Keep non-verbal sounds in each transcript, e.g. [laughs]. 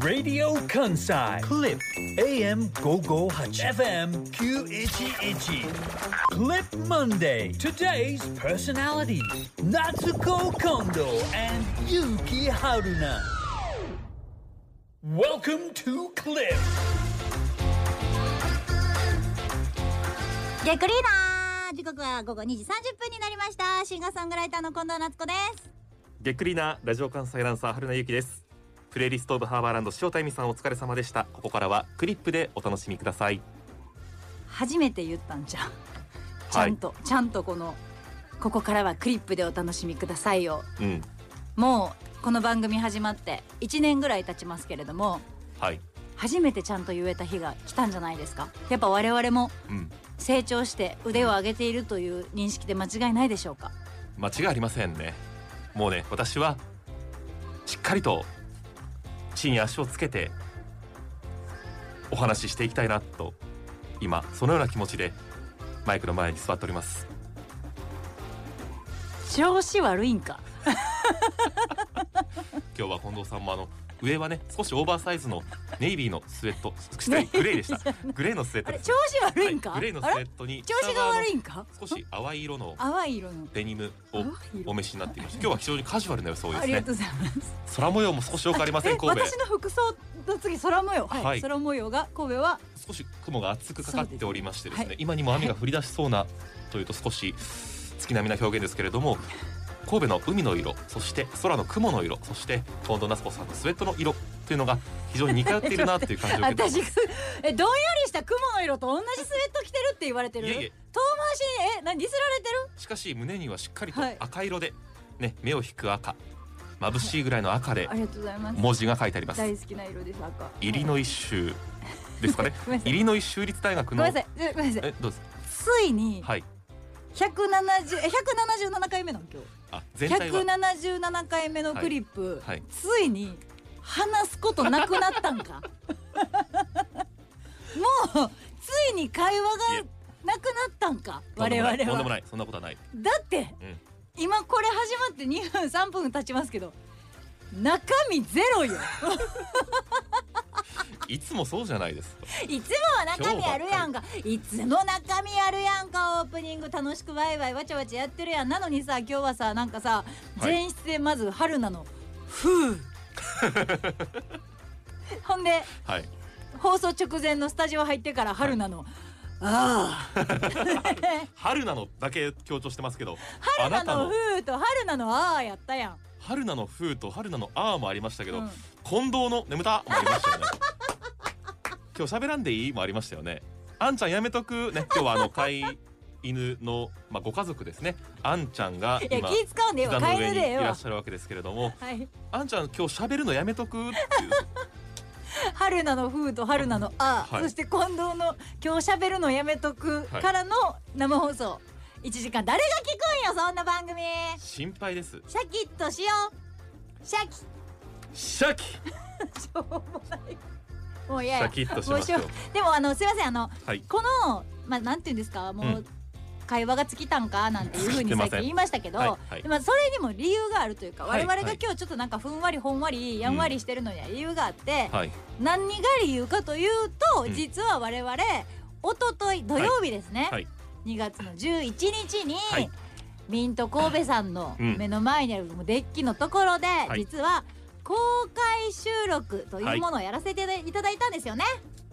Radio Kansai Clip AM 558 FM 911 Clip Monday Today's personality Natsuko Kondo and Yuki Haruna Welcome to Clip げっくりーなー時刻は午後2時30分になりましたシンガーソングライターの近藤夏子ですげっくりなラジオ関西アナウンサー春名由紀ですプレイリストオブハーバーランド塩田恵美さんお疲れ様でしたここからはクリップでお楽しみください初めて言ったんじゃんちゃんと、ちゃんとこのここからはクリップでお楽しみくださいようんもうこの番組始まって1年ぐらい経ちますけれどもはい初めてちゃんと言えた日が来たんじゃないですかやっぱ我々もうん成長して腕を上げているという認識で間違いないでしょうか間違いありませんねもうね私はしっかりと地に足をつけてお話ししていきたいなと今そのような気持ちでマイクの前に座っております調子悪いんか今日は近藤さんもあの上はね少しオーバーサイズのネイビーのスウェット失礼グレーでしたグレーのスウェッあトれです調子悪いんか、はい、グレーのスウあェれットに調子が悪いんか少し淡い色の淡い色のデニムを淡い色お召しになっていました今日は非常にカジュアルな装いありがですとねうございます空模様も少しよくありませんえ神戸私の服装の次空模様はい、はい空模様が神戸は少し雲が厚くかかっておりましてですねそうですねはい今にも雨が降り出しそうなというと少し月並みな表現ですけれども神戸の海の色そして空の雲の色そして近藤夏子さんのスウェットの色というのが非常に似通っているなという感じを受けており私ますえどんよりした雲の色と同じスウェット着てるって言われてるいえいえ遠回しにえ何ディスられてるしかし胸にはしっかりとはい赤色で、ね、目を引く赤眩しいぐらいの赤でありがとうございます文字が書いてあります大好きな色です赤イリノイ州ですかね [laughs] ごめんなさいイリノイ州立大学ごのめんなさいえごめんなさいえどうですついにはい170え177回目なの今あ日全体は177回目のクリップ、はいはいついに話すことなくなったんか [laughs] もうついに会話いがえなくなったんかとん我でも々ないとんではもないそんなことはないだって、うん今これ始まって2分3分経ちますけど中身ゼロよいつもそうじゃないですかいつもは中身あるやんかいつも中身あるやんかオープニング楽しくワイワイわちゃわちゃやってるやんなのにさ今日はさなんかさはい前室でまず春菜の「ふ [laughs] う」ほんではい放送直前のスタジオ入ってから春菜の「ああ春なのだけ強調してますけどあ春な菜たの「のふう」と春菜の「ああ」やったやん。春なの風と春なのあーもありましたけど、うん近藤の眠たもありましたよね今日喋らんでいいもありましたよねあんちゃんやめとくね今日はあの飼い犬のまあご家族ですねあんちゃんがいや今気使うんでええわ膝の帰上るにでいええらわっ。しゃるわけですけれどもはいあんちゃん今日喋るのやめとくっていう春菜の風と春菜のあ、はいそして近藤の今日喋るのやめとくはいからの生放送、一1時間誰が聞くんよそんな番組心配ですシャキッとしようシャキしシャキょうもないもういやシャキッとしますよもうしょうでもあのすいませんあのはいこのまあなんていうんですかもう、うん会話が尽きたんかなんていうふうに尽きてま最せ近ん言いましたけど、はいはいまあ、それにも理由があるというか、は我い々はがい今日ちょっとなんかふんわりほんわりやんわりしてるのには理由があって、はい何が理由かというと、うん実は我々一昨日土曜日ですね、はい2月の11日に、はいミント神戸さんのうん目の前にあるデッキのところで、い実は公開収録というものをやらせていただいたんですよね、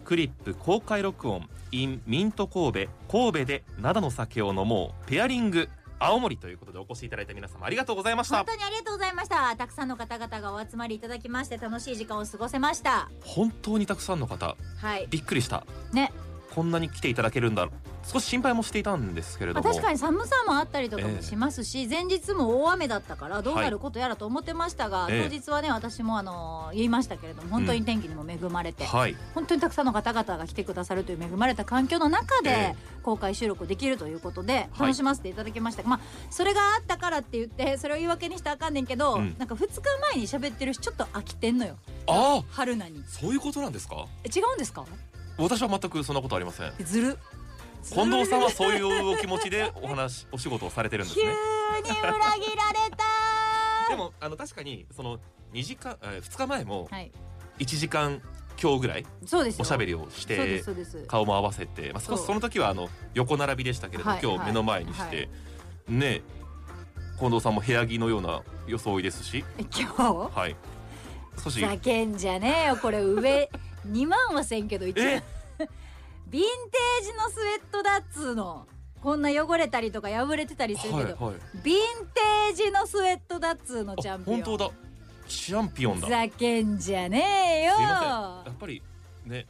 クリップ公開録音 in ミント神戸神戸で灘の酒を飲もうペアリング青森ということでお越しいただいた皆様ありがとうございました本当にありがとうございましたたくさんの方々がお集まりいただきまして楽しい時間を過ごせました本当にたくさんの方はいびっくりしたねこんなに来ていただけるんだろう少し心配もしていたんですけれまどあ、も確かに寒さもあったりとかえもえしますし、前日も大雨だったからどうなることやらと思ってましたが、ええ当日はね私もあのー言いましたけれども本当に天気にも恵まれて、はい本当にたくさんの方々が来てくださるという恵まれた環境の中えでえ公開収録できるということではい楽しませていただきました、まあそれがあったからって言ってそれを言い訳にしたらあかんねんけど、うんなんか2日前に喋ってるしちょっと飽きてんのよああ春菜にそういうことなんですかえ違うんですか私は全くそんなことありませんずる近藤さんはそういうお気持ちでお話お仕事をされてるんです急にね裏切られた [laughs] でもあの確かにその2時間2日前もはい1時間強ぐらいそうですよおしゃべりをしそうでてすそうです顔も合わせて、まあ、そう少しその時はあの横並びでしたけれど、はい今日目の前にして、ね近藤さんも部屋着のような装いですし、今はい、少し日ざけんじゃねえよこれ上2万はせんけど1え万 [laughs] ヴィンテージのスウェットだっつーのこんな汚れたりとか破れてたりするはけいど、はいヴィンテージのスウェットだっつーのチャあンピオン本当だチャンピオンだふすいざけんじゃねえよませんやっぱりね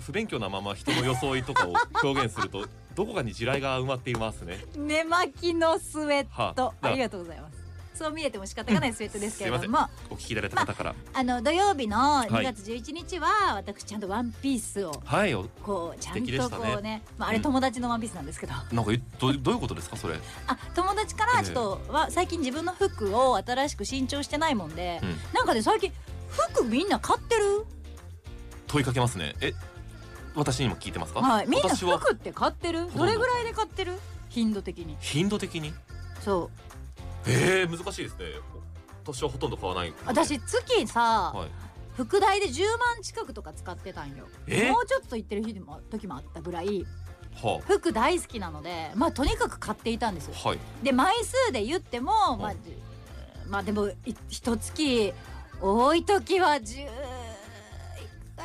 不勉強なまま人の装いとかを表現する [laughs] とどこかに地雷が埋まっていますね寝巻きのスウェットはあありがとうございますそう見えても仕方がないスウェットですけれどすいもまお聞きいただいた方から、あの土曜日の2い月11日は私ちゃんとワンピースをはいおこうちゃん敵でしとたこねうねまあ、あれうん友達のワンピースなんですけど、なんかえどどういうことですかそれ、あ友達からちょっと、は最近自分の服を新しく新調してないもんで、うんなんかね最近服みんな買ってる問いかけますねえ私にも聞いてますか、はいみんな私は服って買ってるほとどんどれぐらいで買ってる頻度的に頻度的にそうえー、難しいですね私はほとんど買わないので私月さ、はい副題で10万近くとか使ってたんよえもうちょっと行ってる日でも時もあったぐらいは服大好きなのでまあとにかく買っていたんですよあはいで枚数で言ってもまあうんじゅまあでもい一月多い時は10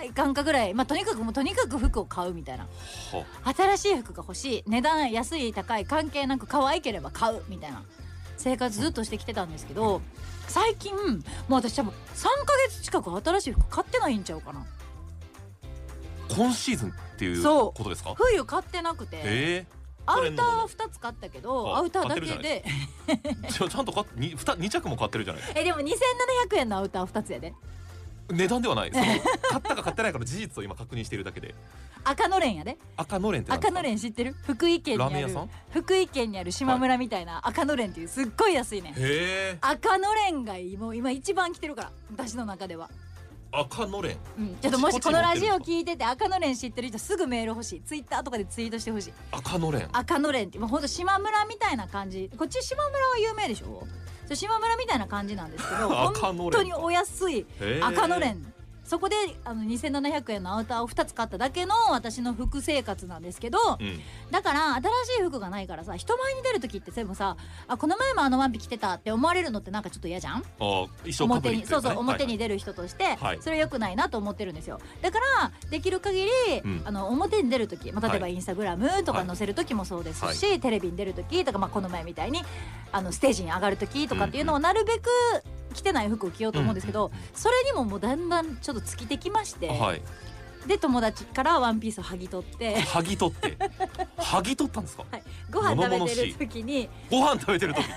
いかんかぐらいまあとにかくもうとにかく服を買うみたいなは新しい服が欲しい値段安い高い関係なく可愛ければ買うみたいな生活ずっとしてきてたんですけど最近もう私多分3ヶ月近く新しい服買ってないんちゃうかなあ今シーズンっていうそうことですか冬買ってなくてえアトレウンタドーのは2つ買ったけどあアウターだ買けってるじでー、ちょちゃんと買っに 2, 2着も買ってるじゃない [laughs] えでも2700円のアウター2つやで値段ではな [laughs] いその買ったか買ってないかの事実を今確認しているだけで赤のれんやで赤のれんってなん赤ですのかれん知ってる福井県にラーメあン屋るさんへ福井県にある島村みたいな赤のれんっていうすっごい安いねんえ赤のれんがもう今一番来てるから私の中では赤のれんうん、ちょっともしこのラジオ聞いてて赤のれん知ってる人すぐメール欲しいツイッターとかでツイートしてほしい赤のれん赤のれんってもうほんと島村みたいな感じこっち島村は有名でしょそう島村みたいな感じなんですけど [laughs] 赤のれ本ん当にお安いへー赤のれんそこであの2700円のアウターを2つ買っただけの私の服生活なんですけどうんだから新しい服がないからさ人前に出る時って全部さあこの前もあのワンピ着てたって思われるのってなんかちょっと嫌じゃんあ一生か表ぶりっにていそうかねそう表にはい出る人として、はいそれ良くないなと思ってるんですよだからできる限り、うんあの表に出る時、まあ、例えばはインスタグラムとか載せる時もそうですし、テレビに出る時とか、まあ、この前みたいにあのステージに上がる時とかっていうのをなるべく着てない服を着ようと思うんですけど、うんうんうんそれにももうだんだんちょっと尽きてきまして、はいで友達からワンピースを剥ぎ取 [laughs] って。剥ぎ取って剥ぎ取ったんですかはい、ご飯食べてる時にご飯食べてる時に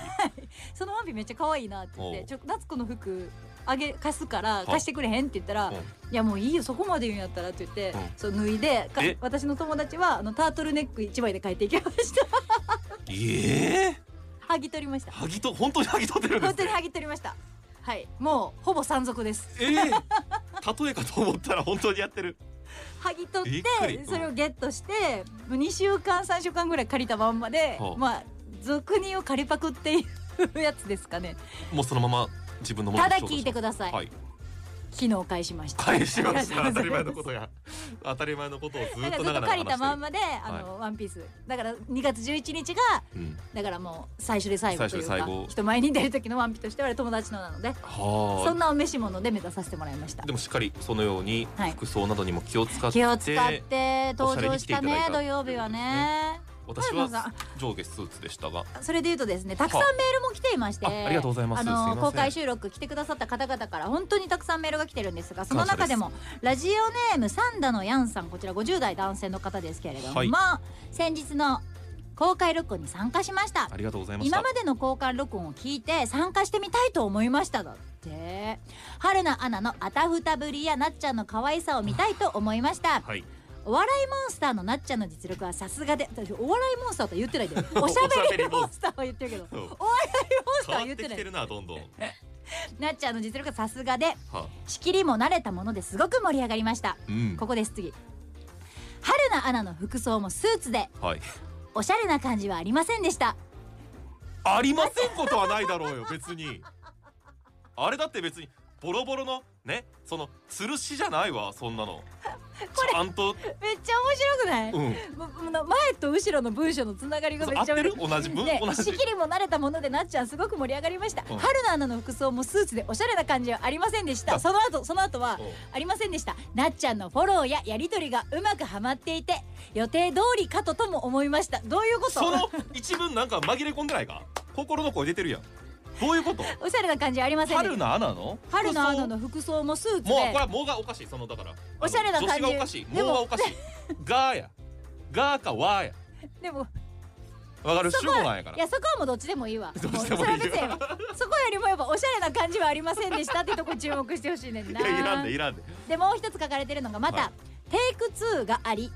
そのワンピめっちゃ可愛いなって言っおてうちょ夏子の服あげ貸すから貸してくれへんって言ったら、うんいやもういいよそこまで言うんやったらって言って、うんそう脱いでかえ私の友達はあのタートルネック一枚で帰っていきましたええ剥ぎ取りました剥ぎと本当に剥ぎ取ってるんで本す当にね剥ぎ取りましたはいもうほぼ山賊ですええ例えかと思ったら本当にやってる剥ぎ取っびっくりうてんそれをゲットしてもう2週間3週間ぐらい借りたまんまで、はあまあ俗に言う借りパクっていうやつですかねもうそのまま自分のものたにだしようと聞いてください、はい昨日返しました返しま [laughs] したあ当りがたうりござい前まのすことが当たり前のことをずだっからずっとと長々話して借るりたまんまであの、ワンピースだから2月11日がうんだからもう最初で最後という最か初で最後人前に出る時のワンピとしては友達のなのでそはんなお召し物で目指させてもらいましたあでもしっかりそのようにはい服装などにも気を使って、気を使って登場したおしゃれに来ていねただ土いた曜日はね私小山は上下スーツでしたがそれで言うとですねたくさんメはールも来ていましてあありがとうございますあすいのません公開収録来てくださった方々から本当にたくさんメールが来てるんですがその中でもラジオネームサンダのヤンさんこちら50代男性の方ですけれども、はい先日の公開録音に参加しましたありがとうございました今までの交換録音を聞いて参加してみたいと思いましただって春菜アナのあたふたぶりやなっちゃんの可愛さを見たいと思いましたはいお笑いモンスターのなっちゃんの実力はさすがで私お笑いモンスターとは言ってないで [laughs] おしゃべりモンスターは言ってるけど [laughs] そうモンスター変はわ言っっててなきいてるなどんどん、はなっちゃんの実力はさすがであ、仕切りも慣れたものですごく盛り上がりましたうんここです次春菜アナの服装もスーツではいおしゃれな感じはありませんでしたありませんことはないだろうよ別にあれだって別にボロボロのねその吊るしじゃないわそんなのこれちゃんと、めっちゃ面白くない、うん、ももの前と後ろの文章のつながりがそめう合っっちゃて面る白い同じ文、ね、同しじきりも慣れたものでなっちゃんすごく盛り上がりました、うん春菜アナの服装もスーツでおしゃれな感じはありませんでしたあその後その後はうんありませんでしたなっちゃんのフォローややりとりがうまくはまっていて予定通りかととも思いましたどういうことその一文なんか紛れ込んでないか心の声出てるやんどういうことおしゃれな感じありませんで春した菜アナの春菜アナ服の服装もスーツ装もうこれではもうがおかしいそのだからおしゃれな感じあの女子がおかしいでもうもがおかしいがーやがーかわーやでもわかる主そ語こなんやかはいらいやそこはもうどっちでもいいわどっちでもいいそわれは別にええわそこよりもやっぱおしゃれな感じはありませんでしたってとこ注目してほしいねんないやいらんでいらんで、でもう一つ書かれてるのがまた、はいテイク2があり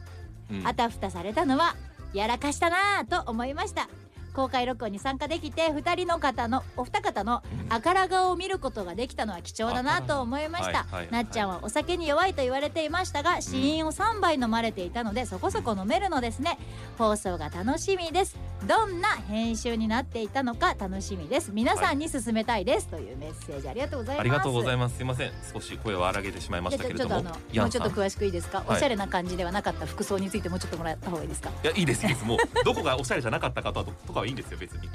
うんあたふたされたのはやらかしたなぁと思いました公開録音に参加できて2人の方のお二方のあから顔を見ることができたのは貴重だなと思いましたあはいはいなっちゃんはお酒に弱いと言われていましたが死因を3杯飲まれていたのでそこそこ飲めるのですね放送が楽しみですどんな編集になっていたのか楽しみです皆さんに勧めたいですというメッセージありがとうございますありがとうございますすいません少し声を荒げてしまいまじしゃたあけちょれちょどっともあのヤもンうちさょんっと詳しくいいですか、はいおしゃれな感じではなかった服装についてもうちょっともらった方がいいですかいやいいですいいですもうどこがおしゃれじゃなかったかととかはいいんですよ別に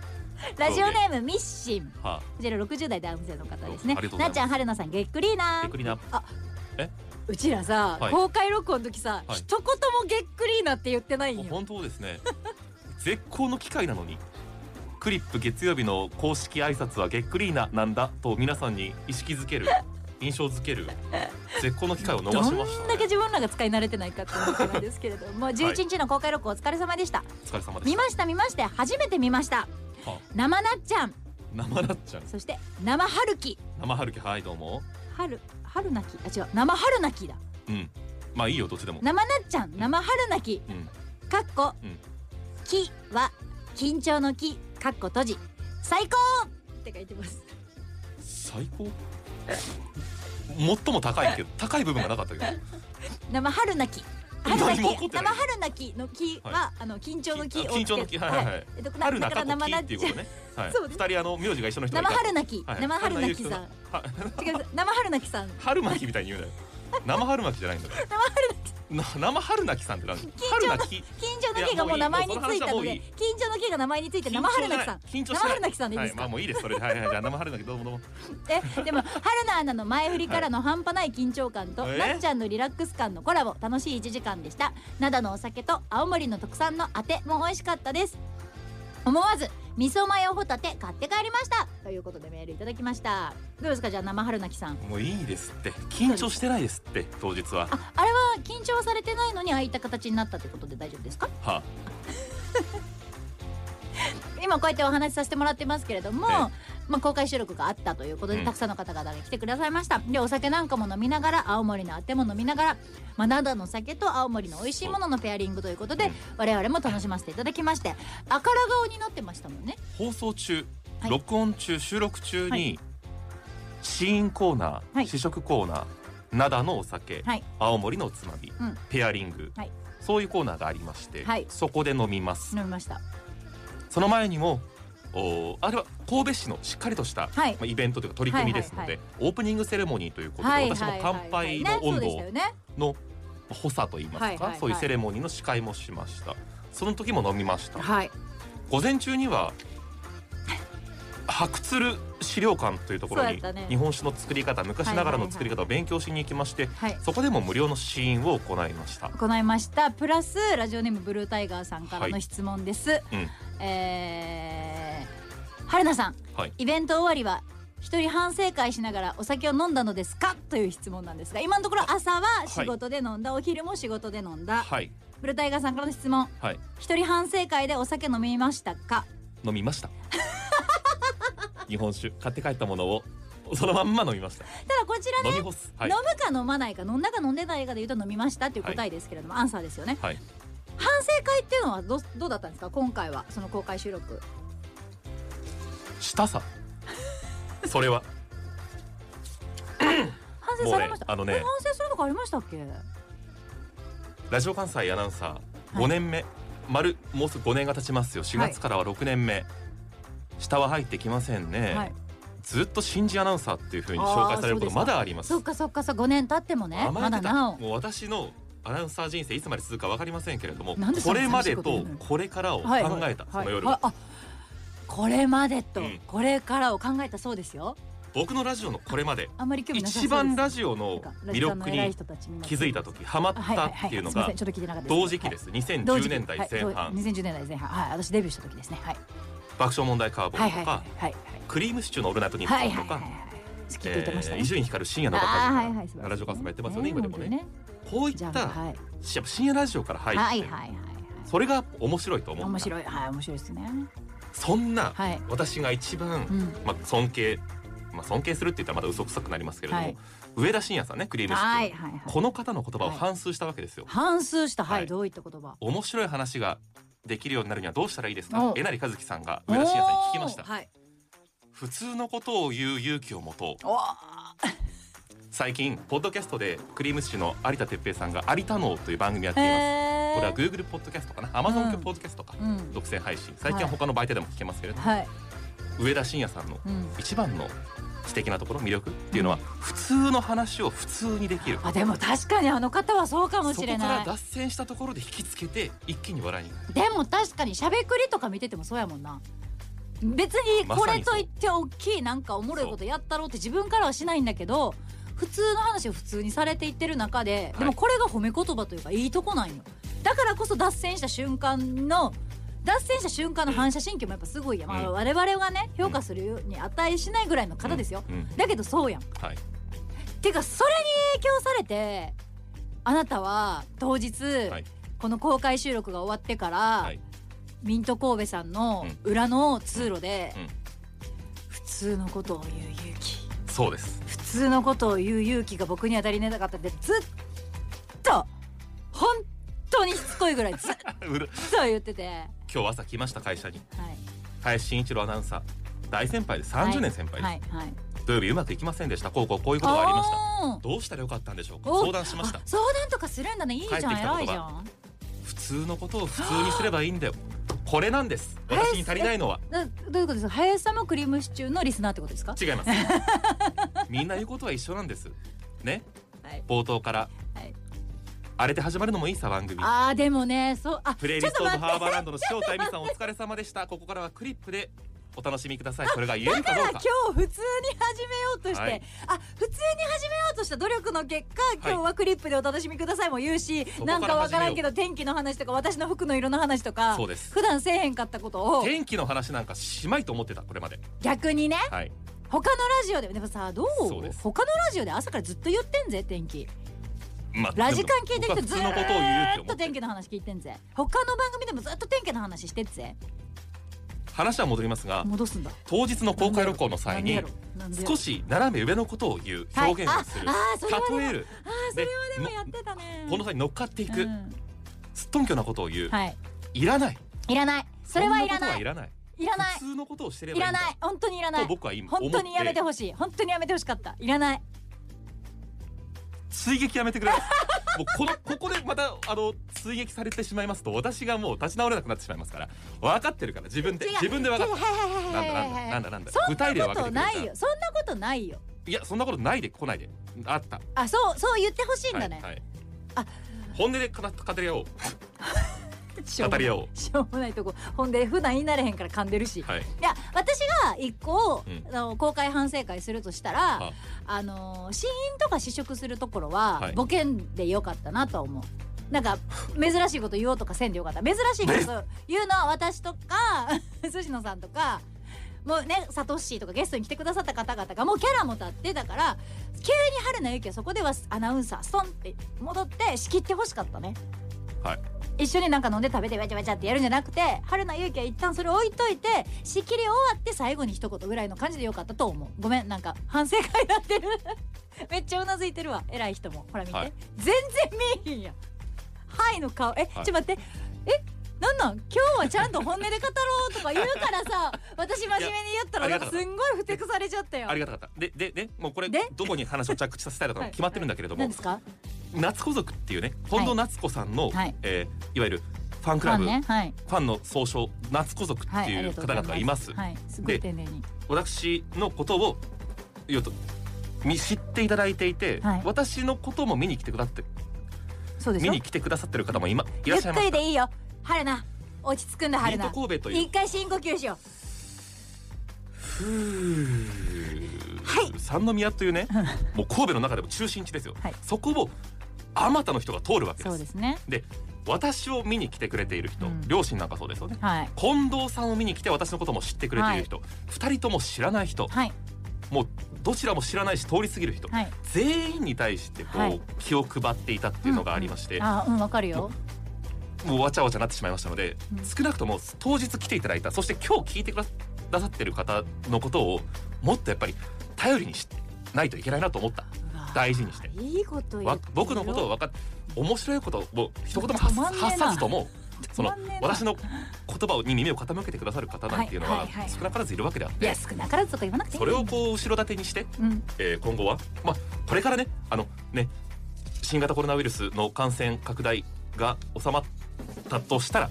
ラジオネームミッシンはこちら60代男性の方ですねありがとうございますなっちゃん春菜さんげっくりーあ、なゆっくりなうちらさ、はい公開録音の時さ、はい一言もげっくりーなって言ってないんよ本当ですね絶好の機会なのにクリップ月曜日の公式挨拶はげっくりーななんだと皆さんに意識づけ [laughs] る印象づける絶好の機会を逃しどまんしただけね自分らが使い慣れてないかって思ってなんですけれども11日の公開録音お疲れ様でした、お疲れ様でし見ました見まして初めて見ましたたは生なっちゃん生なっちゃんそして生春樹生春樹はいどうも春春なきあ違う生春なきだうんまあいいよどっちでも生なっちゃん生春なきうんかっこ、うんきは緊張のきかっこ閉じ最高って書いてます最高最も高いけど高い部分がなかったけど生春なき春な何も起こきって生ない春なきのきは、あの緊張のきをつけ緊張のきはいはいはいえっとな春だか中ら子生きなっっていうちこゃんとねはいそうです二人あの名字が一緒の人がい生た春なき、はい生春なきさんは違う生春なきさん春巻きみたいに言うなよ生春巻きじゃないんだからな生春泣きさんってなんだ春泣き緊張のきがもういや名前もういいについたものうその話はもういでい緊張のきが名前について生春なきさん緊張しない緊生張しない春なきさんでいいはでいすか、まあもういいですそれではいはいじゃあ生春泣きどうもどうもえでも春菜アナの前振りからの半端ない緊張感と、えなっちゃんのリラックス感のコラボ楽しい1時間でした灘のお酒と青森の特産のあても美味しかったです思わず味噌マヨホタテ買って帰りましたということでメールいただきましたどうですかじゃあ生春菜きさんもういいですって緊張してないですって当日はああれは緊張されてないのにああいった形になったということで大丈夫ですかは今こうやってお話しさせてもらってますけれども、ええまあ、公開収録があったということで、うんたくさんの方々が来てくださいましたでお酒なんかも飲みながら青森のあても飲みながら、まあ、灘のお酒と青森の美味しいもののペアリングということで、うん我々も楽しませていただきましてあから顔になってましたもんね放送中はい録音中収録中はに試飲コーナはーい試食コーナー灘のお酒はい青森のおつまみうんペアリングはいそういうコーナーがありましてはいそこで飲みます飲みましたその前にもおーあれは神戸市のしっかりとした、はいまあ、イベントというか取り組みですので、はいはいオープニングセレモニーということで、はい私もはい乾杯はいのはいね、そう温で度したよねの補佐といいますか、はいはいはいそういうセレモニーの司会もしましたその時も飲みましたはい午前中には白鶴資料館というところそうやっにたね日本酒の作り方昔ながらの作り方を勉強しに行きまして、はいそこでも無料の試飲を行いました行いましたプラスラジオネームブルータイガーさんからはのい質問です、うんえー、春菜さん、はいイベント終わりは一人反省会しながらお酒を飲んだのですかという質問なんですが今のところ朝は仕事で飲んだ、お昼も仕事で飲んだ、はいブルータイガーさんからの質問はい一人反省会でお酒飲みましたか飲みま [laughs] した日本酒買って帰ったものをそのまんま飲みましたただこちら飲ねみ干すはい飲むか飲まないか飲んだか飲んでないかで言うと飲みましたっていう答えですけれども、アンサーですよねはい反省会っていうのはどどうだったんですか今回はその公開収録したさそれは反省されました、もうねあのねこれ反省するとこありましたっけラジオ関西アナウンサーはい5年目、丸もうすぐ5年が経ちますよ4はい月からは6年目、下は入ってきませんね、はいずっと新人アナウンサーっていう風に紹介されることあーそうですかまだありますそっかそっかそう5年経ってもね甘まえてだたなおもう私のアナウンサー人生いつまで続くかわかりませんけれどもなんでそこんなれま寂でしいことと言うのこれからを考はいえた、その夜、はいあこれまでと、うんこれからを考えたそうですよ僕のラジオのこれまであんまり興味なさそうで一す番ラジオのなんか魅力ラジにカの偉人たちみんな気づいた時ハマっあはいはたっていうのはがすませんちょっと聞いてなかった同時期ですすはい同時期2010年代前はい、そ半う2010年代前半はい私デビューした時ですねはい爆笑問題カーボンはいとはいかはいクリームシチューのオールナイトニッはいはいはいポはンといはいか好きって言ってましたえーね伊集院光る深夜のバあーはいカはい素みたい晴ならしいラジオカスもやってますよね今でも本当にねこういっじたゃやあはいっぱ深夜ラジオから入はいはっいてはいそれが面白いと思面った白いはい面白いですねそんなはい私が一番うんまあ、尊敬、まあ、尊敬するって言ったらまだ嘘くさくなりますけれども、はい上田晋也さんねクリームシチュー、はいはいはいこの方の言葉を反芻したわけですよ、反数したはい、はいどういった言葉面白い話ができるようになるにはどうしたらいいですかおえなりかずきさんが上田晋也さんに聞きましたおーはい普通のことを言う勇気を持とうお最近ポッドキャストでクリームシチューの有田哲平さんが有田脳という番組やっーていまへす、ーこれは Google ポッドキャストかな Amazon うんポッドキャストか、うん独占配信最近は他の媒体でも聞けますけれども、はい上田晋也さんのうん一番の素敵なところ魅力っていうのは普通の話を普通にできるあでも確かにあの方はそうかもしれなそこいから脱線したところで引きつけて一気に笑いに変えるでも確かにしゃべくりとか見ててもそうやもんな別にこれといって大きいなんかおもろいことやったろうって自分からはしないんだけど普通の話を普通にされていってる中ででもこれが褒め言葉というかいいとこなんよだからこそ脱線した瞬間の脱線した瞬間の反射神経もやっぱすごいやん、まうあ、ん我々がね評価するように値しないぐらいの方ですよ、うんうんだけどそうやんはいてかそれに影響されてあなたは当日、はいこの公開収録が終わってから、はいミント神戸さんの裏の通路で、うんうん普通のことを言う勇気そうです [laughs] 普通のことを言う勇気が僕には足りなかったんでずっと本当にしつこいぐらいずっうると言 [laughs] ってて、は今日朝来ました会社にい、林真一郎アナウンサー大先輩で30年先輩です、はいはい土曜日うまくいきませんでしたこうこうこういうことがありましたおーどうしたらよかったんでしょうかお相談しましたあ相談とかするんだねいいじゃ帰ってんきた言葉偉いじゃん普通のことを普通にすればいいんだよこれなんです私に足りないのはなどういうことですか林さんもクリームシチューのリスナーってことですか違います [laughs] みんな言うことは一緒なんですね、はい冒頭から、はい荒れて始まるのもいいさ番組あーでもねそうあプレイちリょっストとオ待ブってハーバーランドの塩田恵美さんお疲れ様でしたここからはクリップでお楽しみくださいそれが言え [laughs] るかどう今か日普通に始めようとして、はいあ普通に始めようとした努力の結果今日はクリップでお楽しみくださいも言うし、こかならんかわからんけど天気の話とか私の服の色の話とかそうです普段せえへんかったことを天気の話なんかしまいと思ってたこれまで逆にねはい他のラジオででもさどうそうです他のラジオで朝からずっと言ってんぜ天気まあラジカン聞いてきてず僕は普通のことを言うってーっ思とって天気の話聞いてんぜ他の番組でもずっと天気の話してっぜ話は戻りますが戻すんだ当日の公開旅行の際に少しし斜め上のことを言う表現をする、はいああーそれはでも例えるそれはでもやってたねこの際に乗っかっていく、うんすっとんきょなことを言う、はいい、らないいらないそれはいらんなことなはいいらないいらない普通のことをしてればいいいらんだない本当にいらないと僕は今思本って当にやめてほしい本当にやめてほしかったいらない追撃やめてくれますもうこのここでまたあの追撃されてしまいますと私がもう立ち直れなくなってしまいますから分かってるから自分で違う自分で分かってはいはいはいはいはいなんだなんだなんだなんだそん具体例なはこ分かっとてくれなるからいよそんなことないよいやそんなことないで来ないであったあそうそう言ってほしいんだね、はいはいあ本音で語語り合おうしょうも語り合おうしょうもないとこほんで普段言いなれへんから噛んでるし、はいいや私が一個を、うんあの公開反省会するとしたらああのー試飲とか試食するところは、はいボケんでよかったなとは思うなんか珍しいこと言おうとかせんでよかった珍しいこと言うのは私とか [laughs] 筋野さんとかもうねサトッシーとかゲストに来てくださった方々がもうキャラも立ってだから急に春菜ゆきはそこではアナウンサーストンって戻って仕切ってほしかったねはい一緒になんか飲んで食べてわちゃわちゃってやるんじゃなくて春菜ゆきは一旦それ置いといて仕切り終わって最後に一言ぐらいの感じでよかったと思うごめんなんか反省会になってる [laughs] めっちゃうなずいてるわ偉い人もほら見て、はい全然見えへんやんはいの顔え、はいちょっと待ってえなんなん今日はちゃんと本音で語ろうとか言うからさ私真面目に言ったらなんかすんごいふてくされちゃったよありがたかったででねもうこれでどこに話を着地させたいのかも決まってるんだけれども、何ですか夏子族っていうね近藤夏子さんの、はいえーいわゆるファンクラブ、ねはいファンの総称夏子族っはていあいりうがとう方々がいます,、はいすごいで丁寧に私のことをよとみ知っていただいていて、はい私のことも見に来てくださってそうでし見ょに来てくださってる方も今いゆらっっしゃいまくすりでいいよ春菜落ち着くんだ春ミー菜ト神戸という一回深呼吸しよふー三宮というねもう神戸の中でも中心地ですよ、はいそこをあまたの人が通るわけうでそうすですねで私を見に来てくれている人、うん両親なんかそうですよねはい近藤さんを見に来て私のことも知ってくれている人、二人とも知らない人はいもうどちらも知らないし通り過ぎる人、はい全員に対してこう、はい気を配っていたっていうのがありまして、うんうんあうんわかるよもうわちゃわちゃなってしまいましたので、うん少なくとも当日来ていただいたそして今日聞いてくださってる方のことをもっとやっぱり頼りにしないといけないなと思った大事にしていいこと言わって僕のことを分かっ面白いことを一言も止発まんねえな発さずともその止まんねえな私の言葉に耳を傾けてくださる方なんていうのははいはいはい少なからずいるわけであっいやて少なからずとか言わなくていいそれをこう後ろ盾にしてう、うん、えー今後は、まあ、これからねあのね新型コロナウイルスの感染拡大が収まったとしたら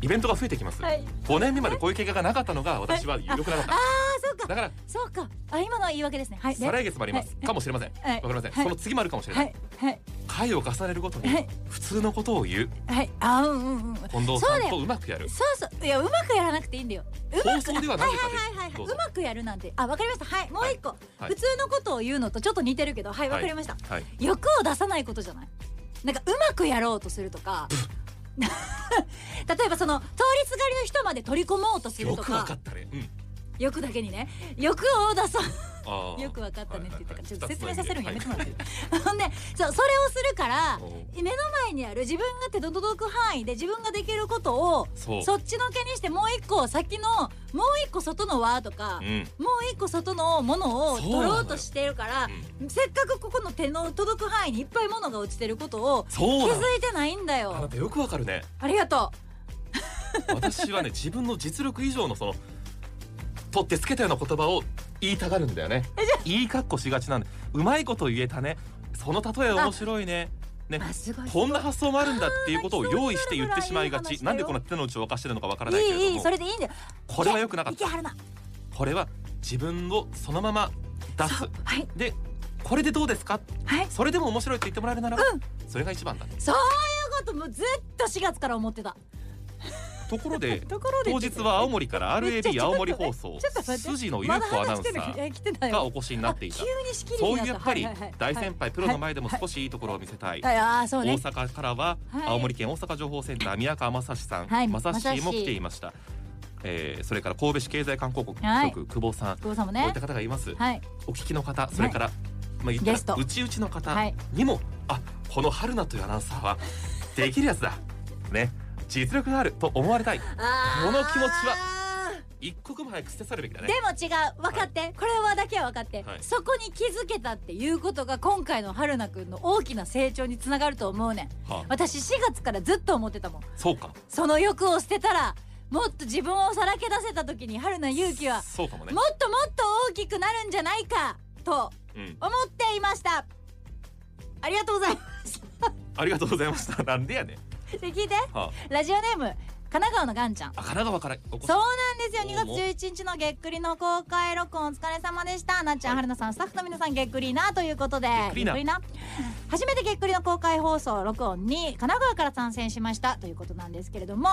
イベントが増えてきます、はい5年目までこういう経験がなかったのが私は有力なのかああそうだかからそうかあ今のは言い訳ですねはいで再来月もありますはいかもしれませんわはいかりませんはいその次もあるかもしれはないいはい回を重ねるごとにはい普通のことを言うはいあうんうんうん近藤さそうんだよとうまくやるそうそういやうまくやらなくていいんだようま放く送ではなぜかではいはいはいはすどいうぞうまくやるなんてあわかりましたはいもう一個、は普い通のことを言うのとちょっと似てるけどはいわかりました、はい欲を出さないことじゃないなんかうまくやろうとするとか [laughs] 例えばその通りすがりの人まで取り込もうとするよとくわかかったねうん欲だけにね欲を出そうあーよくわかったねって言ったから、はいはいはいちょっと説明させるのやめてもらはっいていい、ほんでそうそれをするからおう目の前にある自分が手の届く範囲で自分ができることをそうそっちのけにしてもう一個先のもう一個外の輪とか、うんもう一個外のものを取ろうとしてるからそうなのよ、せっかくここの手の届く範囲にいっぱいものが落ちてることを気そうづなのいてないんだあなよたよくわかるねありがと私はね自分の実力以上のその取ってつけたような言葉を言いたがるんだよねいい格好しがちなんでうまいこと言えたねその例え面白いねねうあすごいこんな発想もあるんだっていうことを用意して言ってしまいがあー泣きちそうなになんでるこわの手の内を明かしてるのかわからないけいいいれいどそもれでいいんだよこれは良くなかっいけたはるなこれは自分をそのまま出すそうはいでこれでどうですかはいそれでも面白いって言ってもらえるならば、うんそれが一番だそういうこともうずっと4月から思ってたところで [laughs] ところで当日は青森からめっちゃち RAB ょっと青森放送ちょっと待って筋の優まだ子アナウ話しンてるサーえ来てないがよお越しになっていたあ急に仕切りそうにいなうったやっぱりはいはいはい大先輩プロの前でもはい少しいいところを見せたいはいああそう大ね阪からははい青森県大阪情報センター宮川正史さんはい正正史史も来ていましたえーそれから神戸市経済観光局はい局久保さんこ久保さんもういっねた方がいますはいお聞きの方それからまあ言ったゲストらうちうちの方はいにもあこの春菜というアナウンサー [laughs] はできるやつだね実力があると思われたいあーこの気持ちは一刻も早く捨て去るべきだねでも違う分かって、これはだけは分かって、はいそこに気づけたっていうことが今回の春菜くんの大きな成長につながると思うねんはあ私4月からずっと思ってたもんそうかその欲を捨てたらもっと自分をさらけ出せた時に春菜勇気はそうかもねもっともっと大きくなるんじゃないかとうん思っていましたありがとうございまありがとうございました。 [laughs] なんでやねん。すで聞いてはラジオネーム神奈川のガンちゃんあ、神奈川からお越し。そうなんどでうすもよ2月11日のげっくりの公開録音お疲れ様でしたなっちゃん、はいはるなさんスタッフの皆さんげっくりなということでっくりな初めてげっくりの公開放送録音に神奈川から参戦しましたということなんですけれども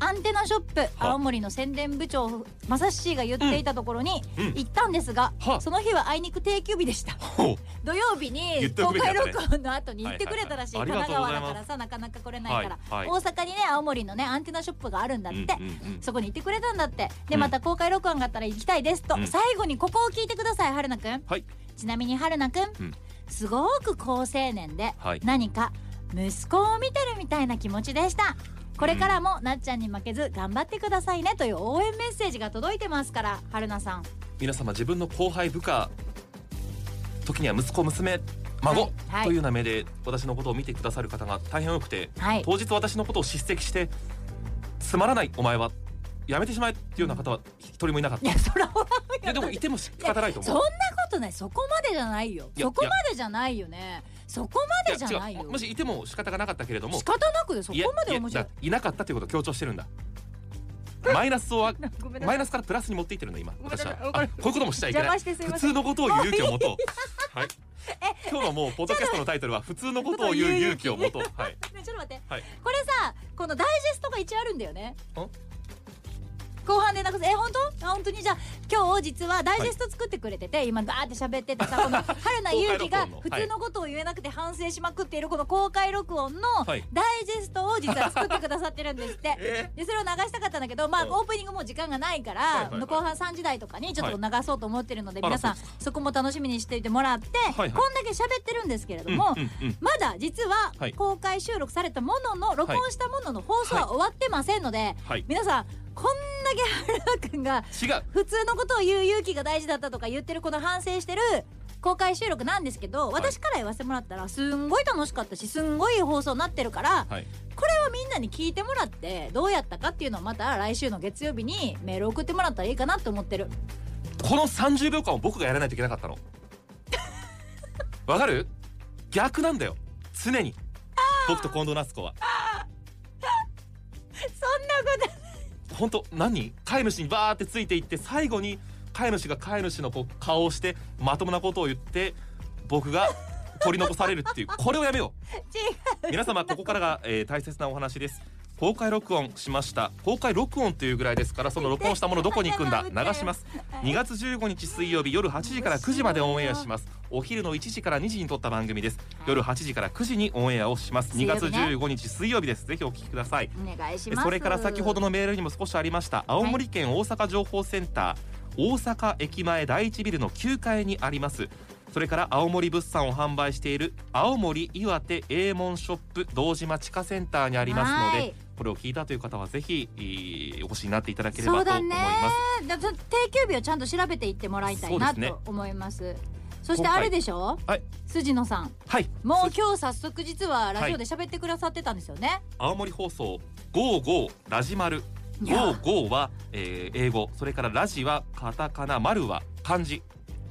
アンテナショップ青森の宣伝部長まさっしーが言っていたところにうんうん行ったんですが、はその日はあいにく定休日でしたほう土曜日言にっと公くべきだ開ったね録音の後に行ってくれたらしいはい神はいはいあ奈川りがとうございだますからさなかなか来れないから、はいは大阪にね青森のねアンテナショップがあるんだって、うんうんうんそこに行ってくれたんだってうでんまた公開録音があったら行きたいですと、うん最後にここを聞いてください春菜くんはい。ちなみに春菜くん、んすごく好青年で、はい何か息子を見てるみたいな気持ちでしたこれからもなっちゃんに負けず頑張ってくださいねという応援メッセージが届いてますから春菜さん皆様、自分の後輩部下。時には息子、娘、孫、はいはいというような目で、私のことを見てくださる方が大変多くて。はい当日、私のことを叱責して。つまらない、お前は。やめてしまえっていうような方は一人もいなかっいた。いやそらほらや、でも、いても仕方ないとそん思なう。ことないそこまでじゃないよいやそこまでじゃないよねそこまでじゃないやよ違うもしいても仕方がなかったけれども仕方なくでそこいやまで面白いいやだいなかったということを強調し [laughs] てるんだマイナスをわごめんなさマいイナスからプラスに持っていってるんだ今ごめんな私さいはわかあるこういうこともしちゃいけ邪な魔いしてすい普ません通のことを言う勇気を持と [laughs] うはい今日のもうポッドキャストのタイトルは普通のことを言う勇気を持とうはい [laughs] ねちょっと待って、はいこれさこのダイジェストが一応あるんだよねん後半でなくすえ本当あ本当にじゃあ今日実はダイジェスト作ってくれてて、今ガーって喋っててさこ [laughs] の春菜ゆうきが公開録音の普通のことを言えなくて反省しまくっているこの公開録音のダはイいジェストを実は作ってくださってるんですって、えでそれを流したかったんだけど、まあ、うんオープニングもう時間がないから、はいはいはい後半3時台とかにちょっと流そうと思ってるので、はい皆さあんらそうですそこも楽しみにしていてもらって、はいはいこんだけ喋ってるんですけれどうんも、うんうんまだ実ははい公開収録されたものの、録音したものの放送ははい終わってませんので、はい皆さんこんだけ春菜くんが違う普通のことを言う勇気が大事だったとか言ってるこの反省してる公開収録なんですけどい私から言わせてもらったらすんごい楽しかったしすんごいいい放送になってるからはいこれはみんなに聞いてもらってどうやったかっていうのをまた来週の月曜日にメール送ってもらったらいいかなと思ってるこの30秒間を僕がやらないといけなかったのわかる逆なんだよ常に僕と近藤夏子はそんなこと本当何飼い主にバーってついていって最後に飼い主が飼い主のこう顔をしてまともなことを言って僕が取り残されるっていうこれをやめよう皆様ここからが、えー大切なお話です公開録音しました公開録音というぐらいですからその録音したものどこに行くんだ流します2月15日水曜日夜8時から9時までオンエアしますお昼の1時から2時に撮った番組です夜8時から9時にオンエアをします水2曜日月ね15日水曜日ですぜひお聞きくださいお願いしますそれから先ほどのメールにも少しありました青森県大阪情報センター、大阪駅前第一ビルの9階にありますそれから青森物産を販売している青森岩手英門ショップ堂島地下センターにありますのはいでこれを聞いたという方はぜひえーお越しになっていただけれそばうとだ思いねます。だから定休日をちゃんと調べていってもらいたいそなうですねと思いますそしてあれでしょはい辻野さんはいもう今日早速実はラジオで喋ってくださってたんですよね、青森放送55ラジマルいや55は、えー英語それからラジはカタカナマルは漢字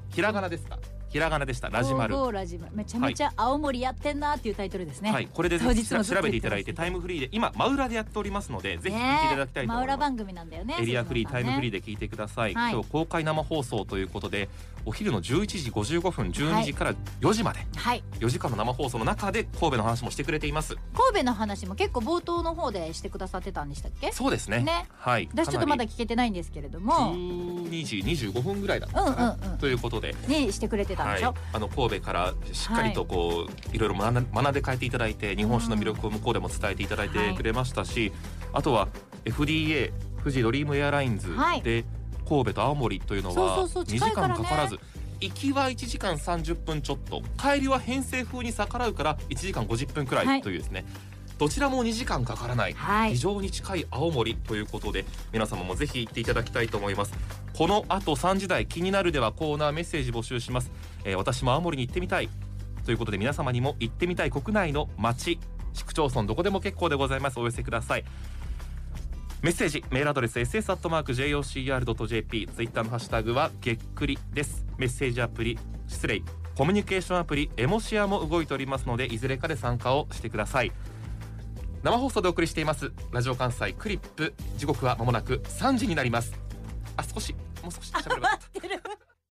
ひらがなですかひらがなでしたラジマルゴーゴーラジマルめちゃめちゃ青森やってんなっていうタイトルですね、はい、これで当日調もずっと調べていただいて言ってますねタイムフリーで今真裏でやっておりますのでぜひ聞いていただきたいと真思い裏ます。番組なんだよねエリアフリー、タイムフリーーで聞いてください、はい今日公開生放送ということでお昼の11時55分12時から4時まで、はい4時間の生放送の中で神戸の話もしてくれています神戸の話も結構冒頭の方でしてくださってたんでしたっけそうですねねはい私ちょっとまだか聞けてないんですけれどなもり12時25分ぐらいだったかな、うんうんうんということでにしてくれてたんでしょ、はい、あの神戸からしっかりとこう、い、ろいろ学ん学んで帰っていただいて日本酒の魅力を向こうでも伝えていただいてくれましたし、あとは FDA 富士ドリームエアラインズで、はい神戸と青森というのそうはそうそう2近時いからね間かからず。行きは1時間30分ちょっと帰りは偏西風に逆らうから1時間50分くらはいいというですね、どちらも2時間かからない、はい非常に近い青森ということで皆様もぜひ行っていただきたいと思いますこの後3時台気になるではコーナーメッセージ募集します、えー私も青森に行ってみたいということで皆様にも行ってみたい国内の町市区町村どこでも結構でございますお寄せくださいメッセージメールアドレス ss.jocr.jp ツイッターのハッシュタグはげっくりですメッセージアプリ失礼コミュニケーションアプリエモシアも動いておりますのでいずれかで参加をしてください生放送でお送りしていますラジオ関西クリップ時刻はまもなく3時になりますあ少しもう少し喋ればよかった待ってる